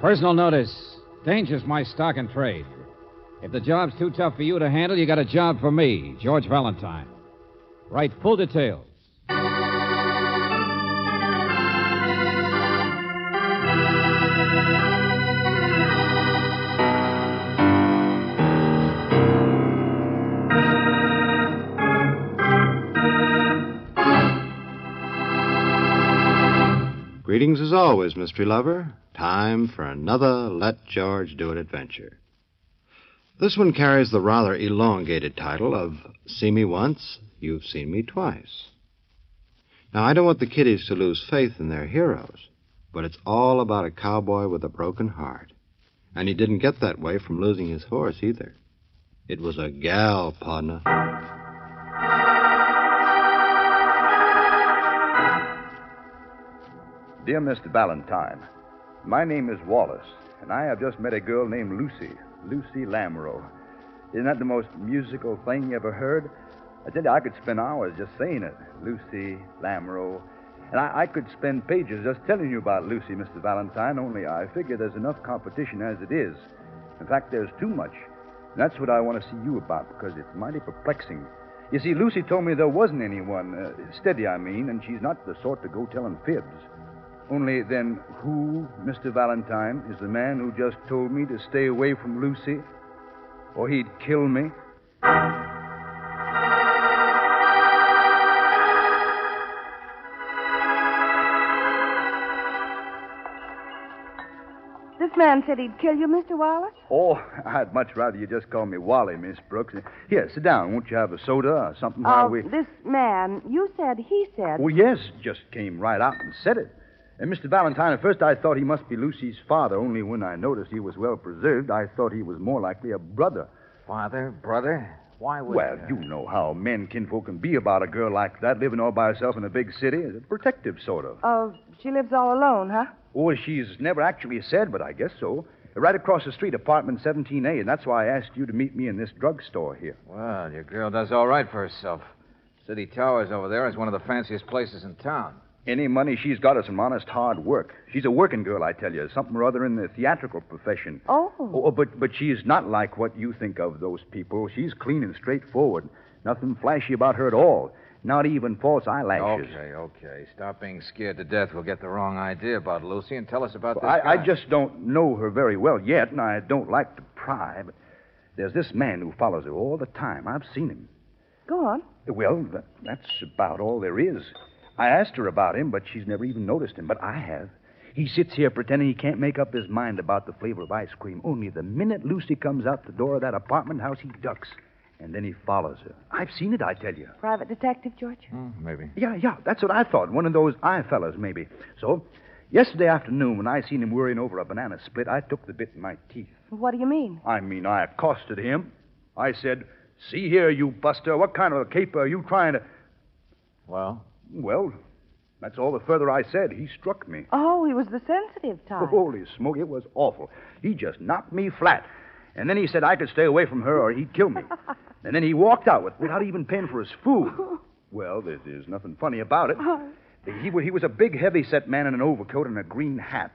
Personal notice. Danger's my stock and trade. If the job's too tough for you to handle, you got a job for me, George Valentine. Write full details. Greetings as always, mystery lover. Time for another Let George Do It adventure. This one carries the rather elongated title of See Me Once, You've Seen Me Twice. Now, I don't want the kiddies to lose faith in their heroes, but it's all about a cowboy with a broken heart. And he didn't get that way from losing his horse either. It was a gal, partner. Dear Mr. Valentine, my name is Wallace, and I have just met a girl named Lucy, Lucy Lamoureux. Isn't that the most musical thing you ever heard? I tell you, I could spend hours just saying it. Lucy Lamoureux. And I, I could spend pages just telling you about Lucy, Mr. Valentine, only I figure there's enough competition as it is. In fact, there's too much. And that's what I want to see you about, because it's mighty perplexing. You see, Lucy told me there wasn't anyone, uh, steady, I mean, and she's not the sort to go telling fibs. Only then, who, Mr. Valentine, is the man who just told me to stay away from Lucy? Or he'd kill me? This man said he'd kill you, Mr. Wallace? Oh, I'd much rather you just call me Wally, Miss Brooks. Here, sit down. Won't you have a soda or something while oh, we. this man, you said he said. Well, yes, just came right out and said it. And Mr. Valentine, at first I thought he must be Lucy's father, only when I noticed he was well preserved, I thought he was more likely a brother. Father, brother, why would. Well, you know how men kinfolk can be about a girl like that, living all by herself in a big city. Protective, sort of. Oh, she lives all alone, huh? Well, she's never actually said, but I guess so. Right across the street, apartment 17A, and that's why I asked you to meet me in this drugstore here. Well, your girl does all right for herself. City Towers over there is one of the fanciest places in town. Any money she's got is from honest hard work. She's a working girl, I tell you, something or other in the theatrical profession. Oh. Oh, but but she's not like what you think of those people. She's clean and straightforward. Nothing flashy about her at all. Not even false eyelashes. Okay, okay. Stop being scared to death. We'll get the wrong idea about Lucy and tell us about Well, this. I, I guy. just don't know her very well yet, and I don't like to pry, but there's this man who follows her all the time. I've seen him. Go on. Well, that, that's about all there is. I asked her about him, but she's never even noticed him. But I have. He sits here pretending he can't make up his mind about the flavor of ice cream. Only the minute Lucy comes out the door of that apartment house, he ducks. And then he follows her. I've seen it, I tell you. Private detective, George? Hmm, maybe. Yeah, yeah, that's what I thought. One of those eye fellas, maybe. So, yesterday afternoon, when I seen him worrying over a banana split, I took the bit in my teeth. What do you mean? I mean, I accosted him. I said, See here, you buster, what kind of a caper are you trying to. Well, Well, that's all the further I said. He struck me. Oh, he was the sensitive Oh, type. Holy smoke, it was awful. He just knocked me flat. And then he said I could stay away from her or he'd kill me. and then he walked out with, without even paying for his food. Well, there, there's nothing funny about it. He, wa- he was a big, heavy set man in an overcoat and a green hat.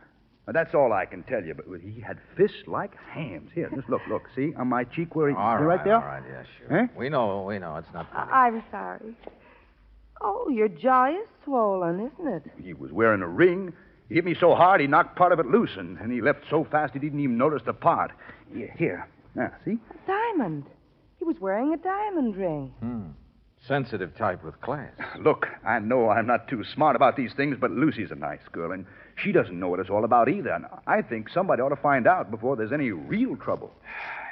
Now, that's all I can tell you, but he had fists like hams. Here, just look, look. See, on my cheek where he. all right, right there? all right, yeah, sure. Eh? We know, we know. It's not funny. I- I'm sorry. Oh, your jaw is swollen, isn't it? He was wearing a ring. He hit me so hard he knocked part of it loose, and, and he left so fast he didn't even notice the part. Here, here. Now, see? A diamond. He was wearing a diamond ring. Hmm. Sensitive type with class. Look, I know I'm not too smart about these things, but Lucy's a nice girl, and she doesn't know what it's all about either. And I think somebody ought to find out before there's any real trouble.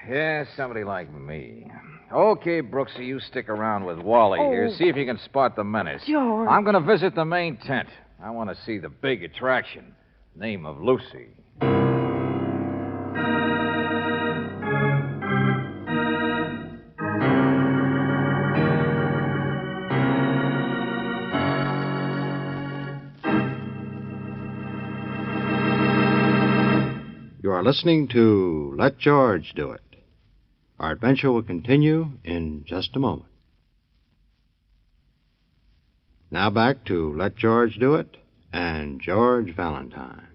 Yeah, somebody like me. Okay, Brooksy, you stick around with Wally here. Oh. See if you can spot the menace. George. I'm going to visit the main tent. I want to see the big attraction. Name of Lucy. You are listening to Let George Do It. Our adventure will continue in just a moment. Now back to Let George Do It and George Valentine.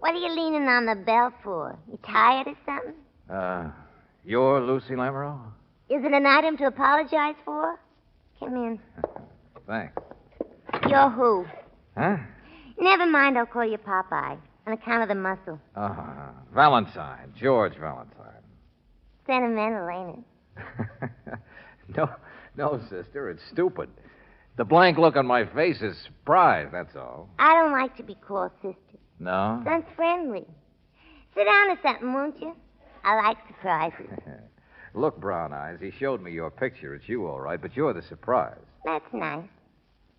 What are you leaning on the bell for? You tired or something? Uh, you're Lucy Lamoureux? Is it an item to apologize for? Come in. Thanks. You're who? Huh? Never mind, I'll call you Popeye on account of the muscle. Uh, Valentine. George Valentine. Sentimental, ain't it? no, no, sister, it's stupid. The blank look on my face is surprise, that's all. I don't like to be called sister. No? It's unfriendly. Sit down or something, won't you? I like surprises. Look, Brown Eyes, he showed me your picture. It's you, all right, but you're the surprise. That's nice.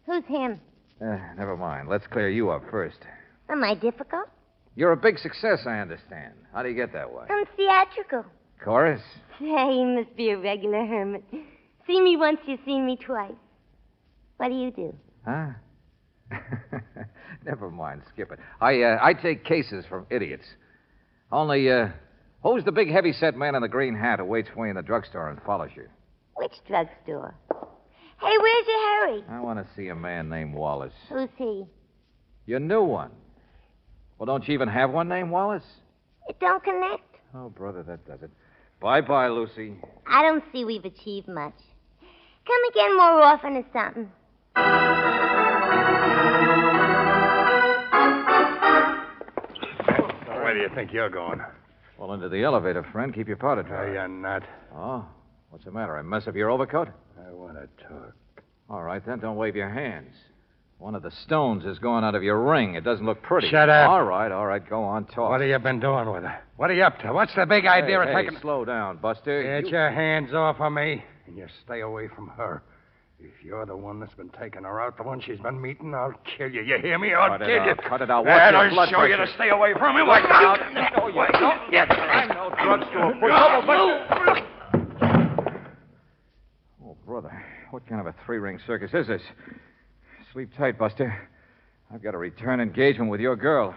Who's him? Eh, never mind. Let's clear you up first. Am I difficult? You're a big success, I understand. How do you get that way? I'm theatrical. Chorus? Hey, you must be a regular hermit. See me once, you see me twice. What do you do? Huh? never mind. Skip it. I, uh, I take cases from idiots. Only, uh, who's the big heavy-set man in the green hat who waits for you in the drugstore and follows you? Which drugstore? Hey, where's your hurry? I want to see a man named Wallace. Who's he? Your new one. Well, don't you even have one named Wallace? It don't connect. Oh, brother, that does it. Bye bye, Lucy. I don't see we've achieved much. Come again more often or something. Where do you think you're going? Well, into the elevator, friend. Keep your powder No, Uh, dry. you're not. Oh, what's the matter? I mess up your overcoat? I want to talk. All right, then, don't wave your hands. One of the stones is going out of your ring. It doesn't look pretty. Shut up. All right, all right, go on, talk. What have you been doing with her? What are you up to? What's the big Hey, idea of hey, taking... slow down, Buster. Get You- your hands off of me, and you stay away from her. If you're the one that's been taking her out, the one she's been meeting, I'll kill you. You hear me? I'll Cut it kill you. out, cut it out. Watch That your I'll blood show you pressure. to stay away from me. Watch out. No, you don't. Yes. I'm no drugstore for Oh, but- Oh, brother, what kind of a three ring circus is this? Sleep tight, Buster. I've got a return engagement with your girl.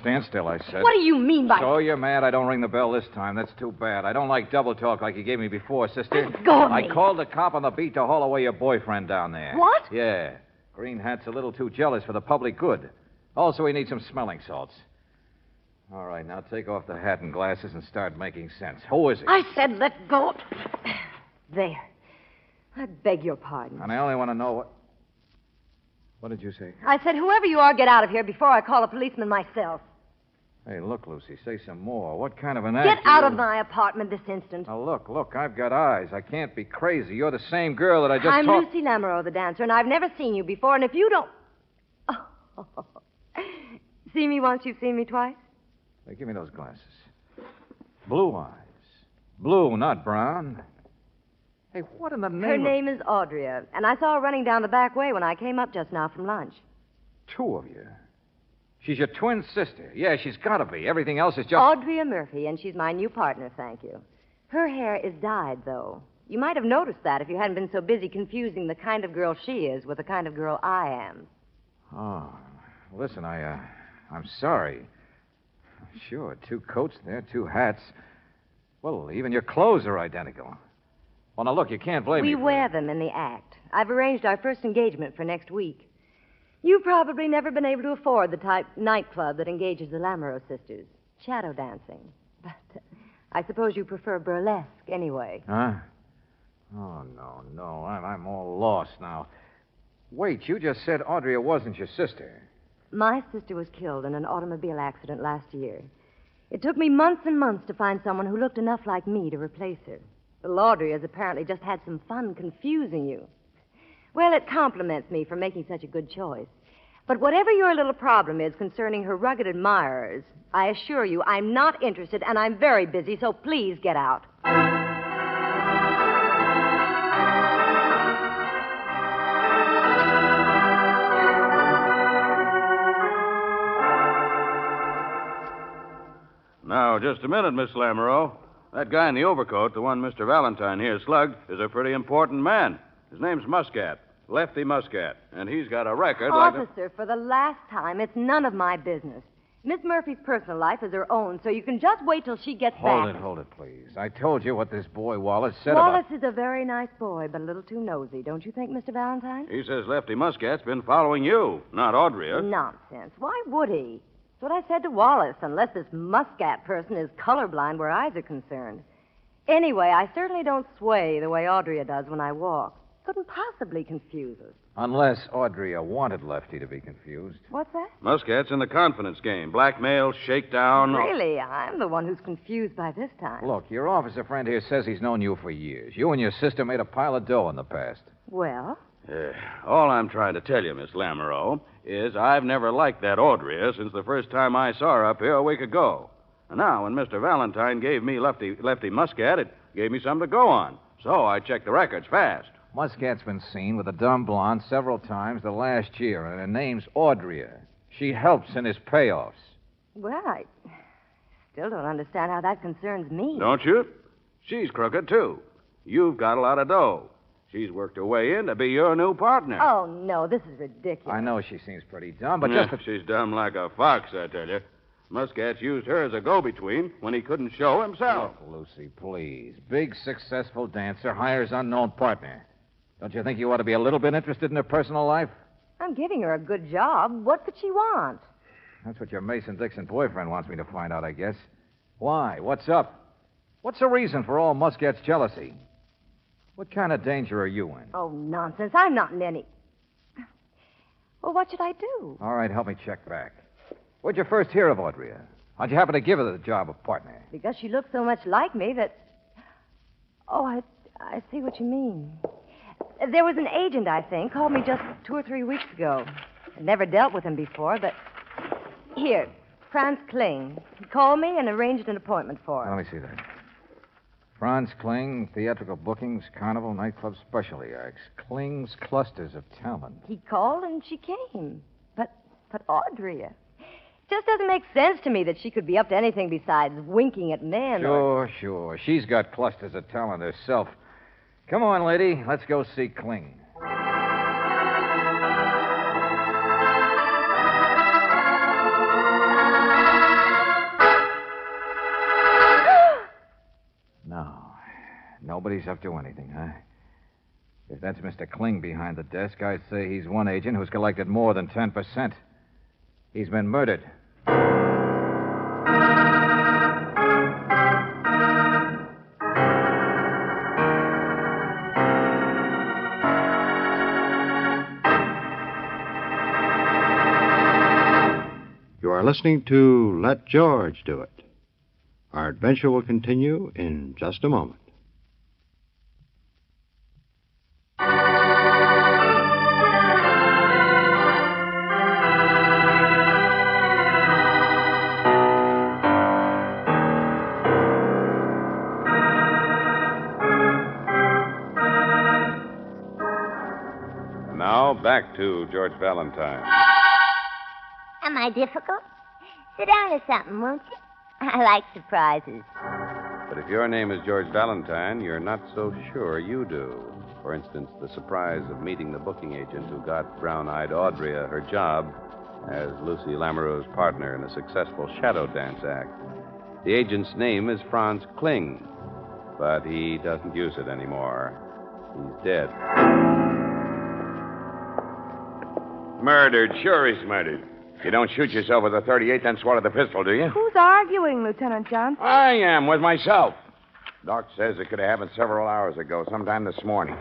Stand still, I said. What do you mean by So Oh, you're mad I don't ring the bell this time. That's too bad. I don't like double talk like you gave me before, sister. Let go of I me. called the cop on the beat to haul away your boyfriend down there. What? Yeah. Green Hat's a little too jealous for the public good. Also, he needs some smelling salts. All right, now take off the hat and glasses and start making sense. Who is he? I said let go. There. I beg your pardon. And I only want to know what. What did you say? I said, whoever you are, get out of here before I call a policeman myself. Hey, look, Lucy, say some more. What kind of an act? Get are out you- of my apartment this instant. Now, look, look, I've got eyes. I can't be crazy. You're the same girl that I just I'm talked Lucy Lamoureux, the dancer, and I've never seen you before, and if you don't. Oh. see me once, you've seen me twice? Hey, give me those glasses. Blue eyes. Blue, not brown. Hey, what in the name Her of name is Audria, and I saw her running down the back way when I came up just now from lunch. two of you? She's your twin sister. Yeah, she's got to be. Everything else is just. Audria Murphy, and she's my new partner, thank you. Her hair is dyed, though. You might have noticed that if you hadn't been so busy confusing the kind of girl she is with the kind of girl I am. Oh, listen, I, uh, I'm sorry. Sure, two coats there, two hats. Well, even your clothes are identical. Well, now look, you can't blame me. we for wear them in the act. I've arranged our first engagement for next week. You've probably never been able to afford the type nightclub that engages the Lamoureux sisters shadow dancing. But uh, I suppose you prefer burlesque anyway. Huh? Oh, no, no. I'm, I'm all lost now. Wait, you just said Audrey wasn't your sister. My sister was killed in an automobile accident last year. It took me months and months to find someone who looked enough like me to replace her. The Laudry has apparently just had some fun confusing you. Well, it compliments me for making such a good choice. But whatever your little problem is concerning her rugged admirers, I assure you I'm not interested and I'm very busy, so please get out. Now, just a minute, Miss Lamoureux. That guy in the overcoat, the one Mr. Valentine here slugged, is a pretty important man. His name's Muscat, Lefty Muscat, and he's got a record like. a- Officer, for the last time, it's none of my business. Miss Murphy's personal life is her own, so you can just wait till she gets Hold back. it, hold it, please. I told you what this boy Wallace said Wallace about. is a very nice boy, but a little too nosy, don't you think, Mr. Valentine? He says Lefty Muscat's been following you, not Audrey. huh? Nonsense. Why would he? It's what I said to Wallace, unless this muscat person is colorblind where eyes are concerned. Anyway, I certainly don't sway the way Audrey does when I walk. Couldn't possibly confuse us. Unless Audrey wanted Lefty to be confused. What's that? Muscat's in the confidence game. Blackmail, shakedown. Really, I'm the one who's confused by this time. Look, your officer friend here says he's known you for years. You and your sister made a pile of dough in the past. Well, Eh, all I'm trying to tell you, Miss Lamoureux, is I've never liked that Audrey since the first time I saw her up here a week ago. And now, when Mr. Valentine gave me Lefty, Lefty Muscat, it gave me something to go on. So I checked the records fast. Muscat's been seen with a dumb blonde several times the last year, and her name's Audrey. She helps in his payoffs. well, I still don't understand how that concerns me. Don't you? She's crooked, too. You've got a lot of dough. She's worked her way in to be your new partner. Oh, no, this is ridiculous. I know she seems pretty dumb, but Yeah, just. She's dumb like a fox, I tell you. Muscat's used her as a go between when he couldn't show himself. Look, Lucy, please. Big, successful dancer hires unknown partner. Don't you think you ought to be a little bit interested in her personal life? I'm giving her a good job. What could she want? That's what your Mason Dixon boyfriend wants me to find out, I guess. Why? What's up? What's the reason for all Muscat's jealousy? What kind of danger are you in? Oh, nonsense. I'm not in any. Well, what should I do? All right, help me check back. Where'd you first hear of Audrey? How'd you happen to give her the job of partner? Because she looks so much like me that. Oh, I, I see what you mean. There was an agent, I think, called me just two or three weeks ago. I never dealt with him before, but. Here, Franz Kling. He called me and arranged an appointment for Let her. me see that. Franz Kling, theatrical bookings, carnival, nightclub specialty acts. Kling's clusters of talent. He called and she came. But, but Audrey. It just doesn't make sense to me that she could be up to anything besides winking at men. or- Sure, sure. She's got clusters of talent herself. Come on, lady. Let's go see Kling. No. Nobody's up to anything, huh? If that's Mr. Kling behind the desk, I'd say he's one agent who's collected more than 10%. He's been murdered. You are listening to Let George Do It. Our adventure will continue in just a moment. And now back to George Valentine. Am I difficult? Sit down or something, won't you? I like surprises. But if your name is George Valentine, you're not so sure you do. For instance, the surprise of meeting the booking agent who got brown eyed Audrey her job as Lucy Lamoureux's partner in a successful shadow dance act. The agent's name is Franz Kling, but he doesn't use it anymore. He's dead. Murdered. Sure, he's murdered. You don't shoot yourself with a 38, then swallow the pistol, do you? Who's arguing, Lieutenant Johnson? I am with myself. Doc says it could have happened several hours ago, sometime this morning.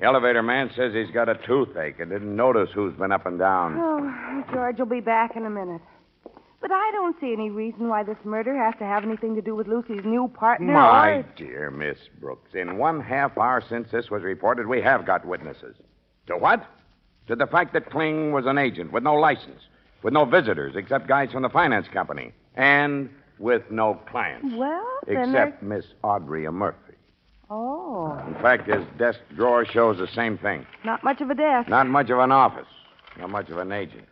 The elevator man says he's got a toothache and didn't notice who's been up and down. Oh, George will be back in a minute. But I don't see any reason why this murder has to have anything to do with Lucy's new partner. My or- dear Miss Brooks, in one half hour since this was reported, we have got witnesses. To what? To the fact that Kling was an agent with no license, with no visitors except guys from the finance company, and with no clients. Well, then there- except Miss Audrey Murphy. Oh, In fact, his desk drawer shows the same thing. not much of a desk. Not much of an office. Not much of an agent.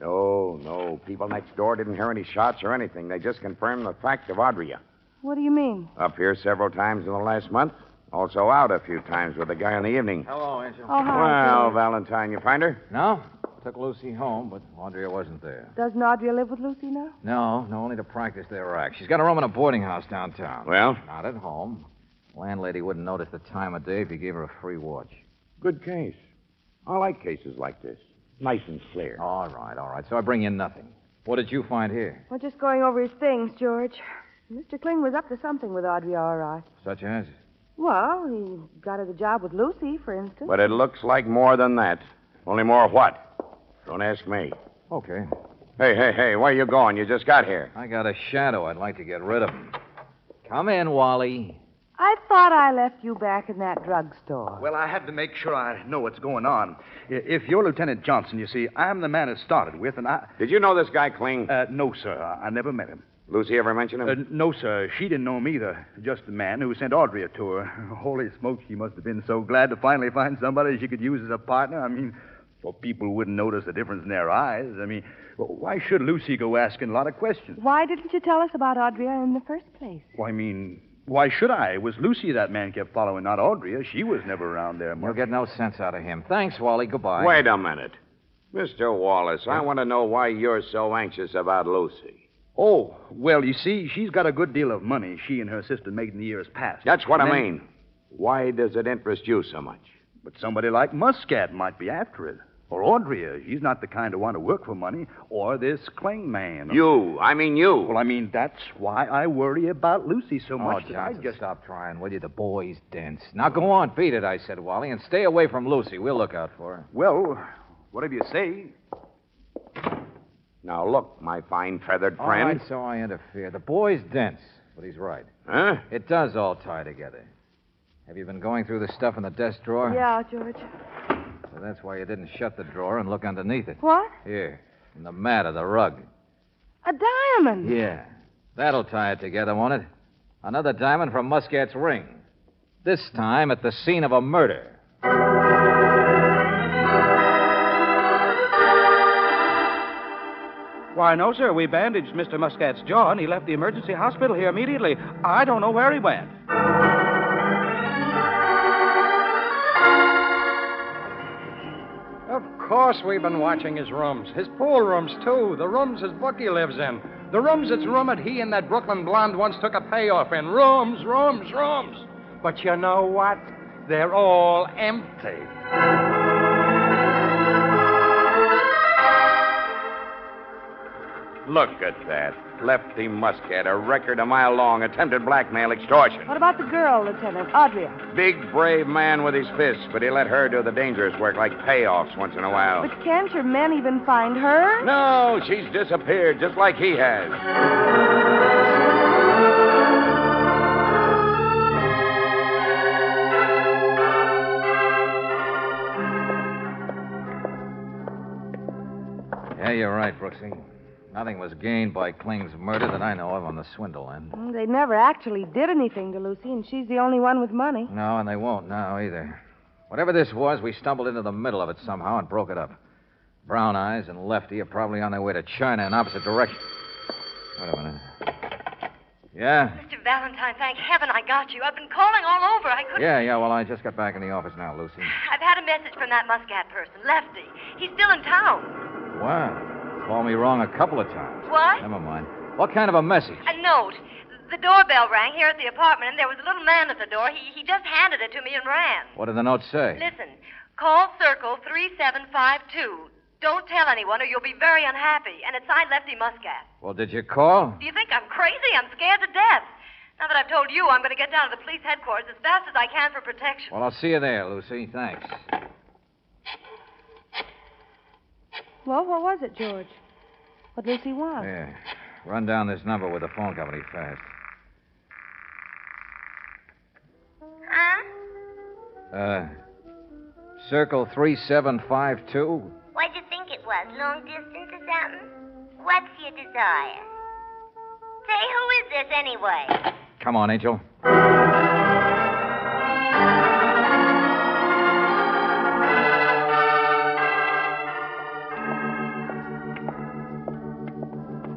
No, no. People next door didn't hear any shots or anything. They just confirmed the fact of Audria. What do you mean? Up here several times in the last month. Also out a few times with the guy in the evening. Hello, Angel. Oh, hi. well, George. Valentine, you find her? No? took Lucy home, but Audrey wasn't there. Doesn't Audrey live with Lucy now? No, no, only to practice their act. She's got a room in a boarding house downtown. Well? Not at home. Landlady wouldn't notice the time of day if you gave her a free watch. Good case. I like cases like this. Nice and clear. All right, all right. So I bring in nothing. What did you find here? We're just going over his things, George. Mr. Kling was up to something with Audrey, all right. Such as? Well, he got her the job with Lucy, for instance. But it looks like more than that. Only more what? Don't ask me. Okay. Hey, hey, hey, where you going? You just got here. I got a shadow. I'd like to get rid of him. Come in, Wally. I thought I left you back in that drugstore. Well, I had to make sure I know what's going on. I- If you're Lieutenant Johnson, you see, I'm the man it started with, and I. Did you know this guy Kling? Uh, no, sir. I I never met him. Lucy ever mention him? Uh, no, sir. She didn't know him either. Just the man who sent Audrey a tour. Holy smokes, she must have been so glad to finally find somebody she could use as a partner. I mean, well, people wouldn't notice the difference in their eyes. I mean, well, why should Lucy go asking a lot of questions? Why didn't you tell us about Audrey in the first place? Well, I mean, why should I? It was Lucy that man kept following, not Audrey. She was never around there You'll much. get no sense out of him. Thanks, Wally. Goodbye. Wait a minute. Mr. Wallace, I want to know why you're so anxious about Lucy. Oh, well, you see, she's got a good deal of money she and her sister made in the years past. That's what And I then- mean. Why does it interest you so much? But somebody like Muscat might be after it. Or Audrey. is. She's not the kind to want to work for money. Or this Kling man. You. I mean you. Well, I mean, that's why I worry about Lucy so Oh, much. that I Johnson, just. stop trying, will you? The boy's dense. Now go on, beat it, I said, Wally, and stay away from Lucy. We'll look out for her. Well, whatever you say. Now, look, my fine feathered All right, friend. so I interfere. The boy's dense, but he's right. Huh? It does all tie together. Have you been going through the stuff in the desk drawer? Yeah, George. So that's why you didn't shut the drawer and look underneath it. What? Here, in the mat of the rug. A diamond. Yeah. That'll tie it together, won't it? Another diamond from Muscat's ring. This time at the scene of a murder. Why, no, sir. We bandaged Mr. Muscat's jaw, and he left the emergency hospital here immediately. I don't know where he went. Of course we've been watching his rooms. His pool rooms, too. The rooms his bookie lives in. The rooms it's rumored he and that Brooklyn blonde once took a payoff in. Rooms, rooms, rooms. But you know what? They're all empty. Look at that. Lefty Muscat, a record a mile long, attempted blackmail, extortion. What about the girl, Lieutenant? Audrey. Big, brave man with his fists, but he let her do the dangerous work like payoffs once in a while. But can't your men even find her? No, she's disappeared just like he has. Yeah, you're right, Brooksy. Nothing was gained by Kling's murder that I know of on the swindle end. Mm, They never actually did anything to Lucy, and she's the only one with money. No, and they won't now either. Whatever this was, we stumbled into the middle of it somehow and broke it up. Brown Eyes and Lefty are probably on their way to China in opposite direction. Wait a minute. Yeah? Mr. Valentine, thank heaven I got you. I've been calling all over. I couldn't. Yeah, yeah, well, I just got back in the office now, Lucy. I've had a message from that Muscat person, Lefty. He's still in town. Wow. Called me wrong a couple of times. What? Never mind. What kind of a message? A note. The doorbell rang here at the apartment, and there was a little man at the door. He, he just handed it to me and ran. What did the note say? Listen, call Circle 3752. Don't tell anyone, or you'll be very unhappy. And it's signed Lefty Muscat. Well, did you call? Do you think I'm crazy? I'm scared to death. Now that I've told you, I'm going to get down to the police headquarters as fast as I can for protection. Well, I'll see you there, Lucy. Thanks. Well, what was it, George? What Lucy want? Yeah. Run down this number with the phone company fast. Huh? Uh, circle 3752? What'd you think it was? Long distance or something? What's your desire? Say, who is this anyway? Come on, Angel.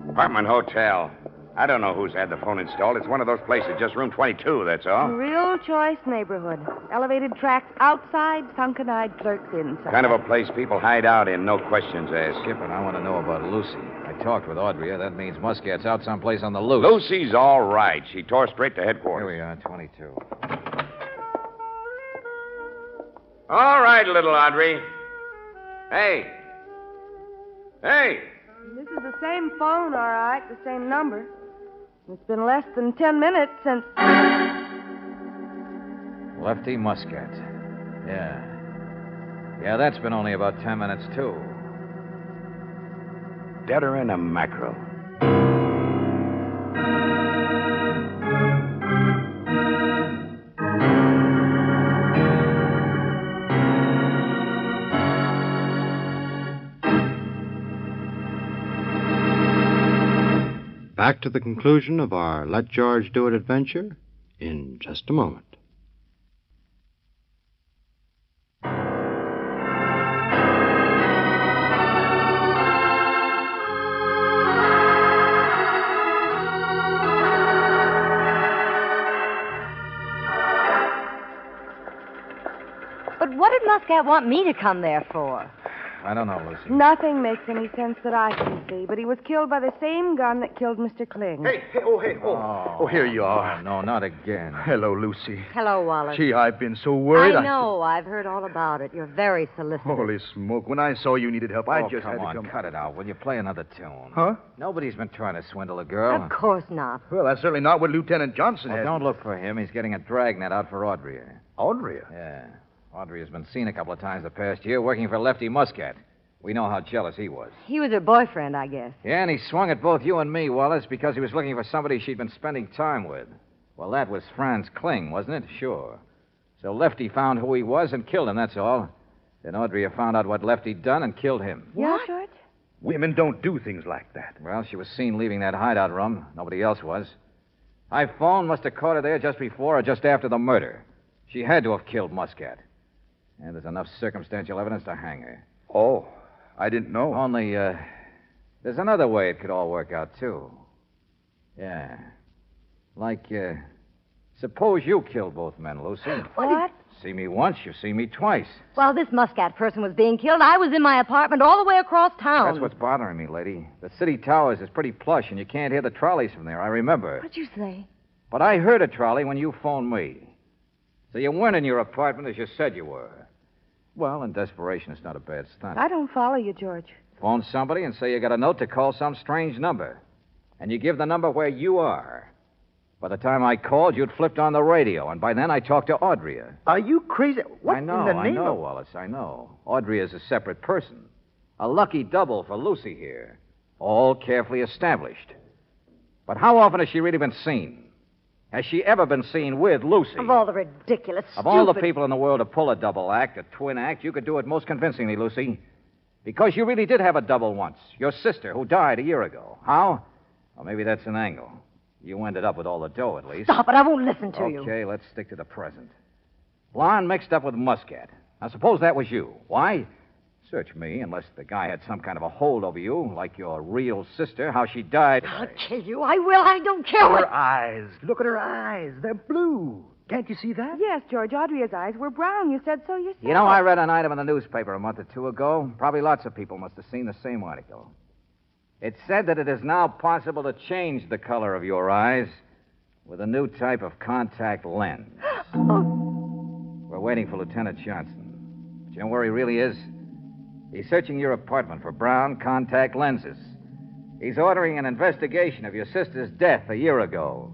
Apartment Hotel. I don't know who's had the phone installed. It's one of those places, just room 22, that's all. Real choice neighborhood. Elevated tracks outside, sunken eyed clerks inside. Kind of a place people hide out in, no questions asked. Skip, and I want to know about Lucy. I talked with Audrey. That means Muscat's out someplace on the loose. Lucy's all right. She tore straight to headquarters. Here we are, 22. All right, little Audrey. Hey. Hey. This is the same phone, all right, the same number. It's been less than ten minutes since. Lefty Muscat. Yeah. Yeah, that's been only about ten minutes, too. Deader in a mackerel. Back to the conclusion of our Let George Do It adventure in just a moment. But what did Muscat want me to come there for? I don't know, Lucy. Nothing makes any sense that I can see, but he was killed by the same gun that killed Mr. Kling. Hey, hey, oh, hey, oh. Oh, Oh, here you are. No, not again. Hello, Lucy. Hello, Wallace. Gee, I've been so worried. I know. I've heard all about it. You're very solicitous. Holy smoke. When I saw you needed help, I oh, just come had on, to come. cut it out. Will you play another tune? Huh? Nobody's been trying to swindle a girl. Of course not. Well, that's certainly not what Lieutenant Johnson Well, had. Oh, don't look for him. He's getting a dragnet out for Audrey. Audrey. Yeah. Audrey has been seen a couple of times the past year working for Lefty Muscat. We know how jealous he was. He was her boyfriend, I guess. Yeah, and he swung at both you and me, Wallace, because he was looking for somebody she'd been spending time with. Well, that was Franz Kling, wasn't it? Sure. So Lefty found who he was and killed him, that's all. Then Audrey found out what Lefty done and killed him. Yeah, George? Women don't do things like that. Well, she was seen leaving that hideout room. Nobody else was. I phone must have caught her there just before or just after the murder. She had to have killed Muscat. And there's enough circumstantial evidence to hang her. Oh, I didn't know. Only, uh, there's another way it could all work out, too. Yeah. Like, uh, suppose you kill both men, Lucy. What? See me once, you see me twice. While this Muscat person was being killed, I was in my apartment all the way across town. That's what's bothering me, lady. The city towers is pretty plush, and you can't hear the trolleys from there. I remember. What'd you say? But I heard a trolley when you phoned me. So you weren't in your apartment as you said you were. Well, in desperation, it's not a bad stunt. I don't follow you, George. Phone somebody and say you got a note to call some strange number. And you give the number where you are. By the time I called, you'd flipped on the radio, and by then I talked to Audrey. Are you crazy? What I know, in the I name know, of... Wallace, I know. Audrey is a separate person. A lucky double for Lucy here. All carefully established. But how often has she really been seen? Has she ever been seen with Lucy? Of all the ridiculous. Of all the stupid- people in the world to pull a double act, a twin act, you could do it most convincingly, Lucy. Because you really did have a double once. Your sister, who died a year ago. How? Well, maybe that's an angle. You ended up with all the dough, at least. Stop it. I won't listen to you. Okay, let's stick to the present. Blonde mixed up with Muscat. Now, suppose that was you. Why? Search me, unless the guy had some kind of a hold over you, like your real sister, how she died. I'll kill you. I will. I don't care Her what. eyes. Look at her eyes. They're blue. Can't you see that? Yes, George, Audrey's eyes were brown. You said so yourself. You know, I read an item in the newspaper a month or two ago. Probably lots of people must have seen the same article. It said that it is now possible to change the color of your eyes with a new type of contact lens. We're waiting for Lieutenant Johnson. But you know where he really is? He's searching your apartment for brown contact lenses. He's ordering an investigation of your sister's death a year ago.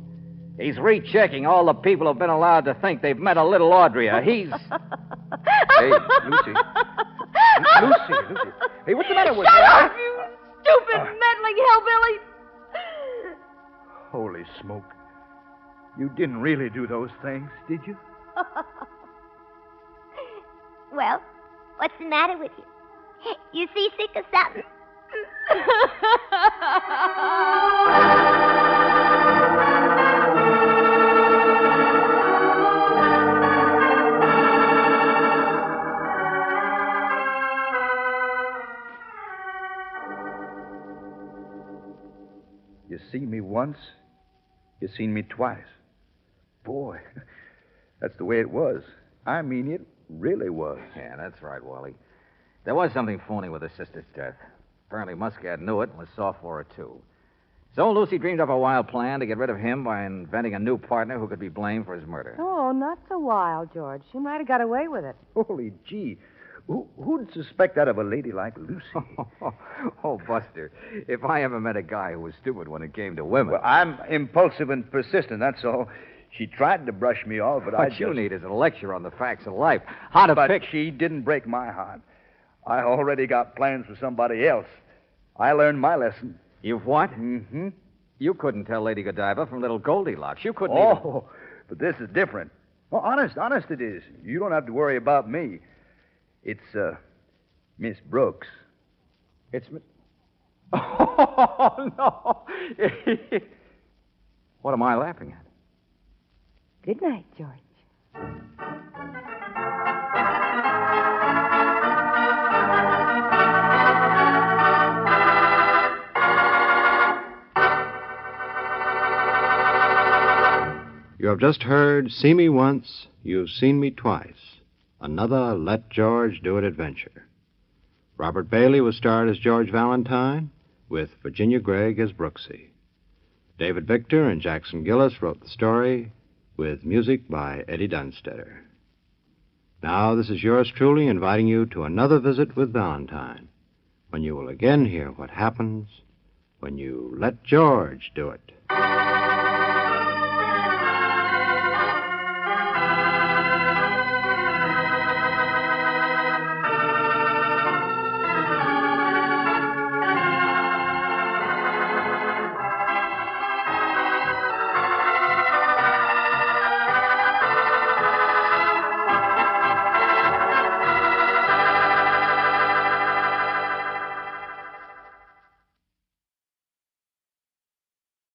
He's rechecking all the people who've been allowed to think they've met a little Audrey. He's. Hey, Lucy. Lucy, Lucy. Hey, what's the matter with Shut you? up, you stupid meddling hellbilly. Holy smoke. You didn't really do those things, did you? Well, what's the matter with you? You seasick or something? You see me once, you seen me twice. Boy, that's the way it was. I mean, it really was. Yeah, that's right, Wally. There was something phony with her sister's death. Apparently, Muscat knew it and was soft for her, too. So Lucy dreamed up a wild plan to get rid of him by inventing a new partner who could be blamed for his murder. Oh, not so wild, George. She might have got away with it. Holy gee. Who, who'd suspect that of a lady like Lucy? oh, Buster, if I ever met a guy who was stupid when it came to women. Well, I'm impulsive and persistent, that's all. She tried to brush me off, but I what just... you need is a lecture on the facts of life, how to but pick. she didn't break my heart. I already got plans for somebody else. I learned my lesson. You've what? Mm-hmm. You couldn't tell Lady Godiva from little Goldilocks. You couldn't. even- Oh, but this is different. Well, honest, honest it is. You don't have to worry about me. It's, uh, Miss Brooks. It's... Mi- Oh, no. what am I laughing at? Good night, George. You have just heard See Me Once, You've Seen Me Twice, another Let George Do It adventure. Robert Bailey was starred as George Valentine, with Virginia Gregg as Brooksy. David Victor and Jackson Gillis wrote the story, with music by Eddie Dunstetter. Now, this is yours truly inviting you to another visit with Valentine, when you will again hear what happens when you let George do it.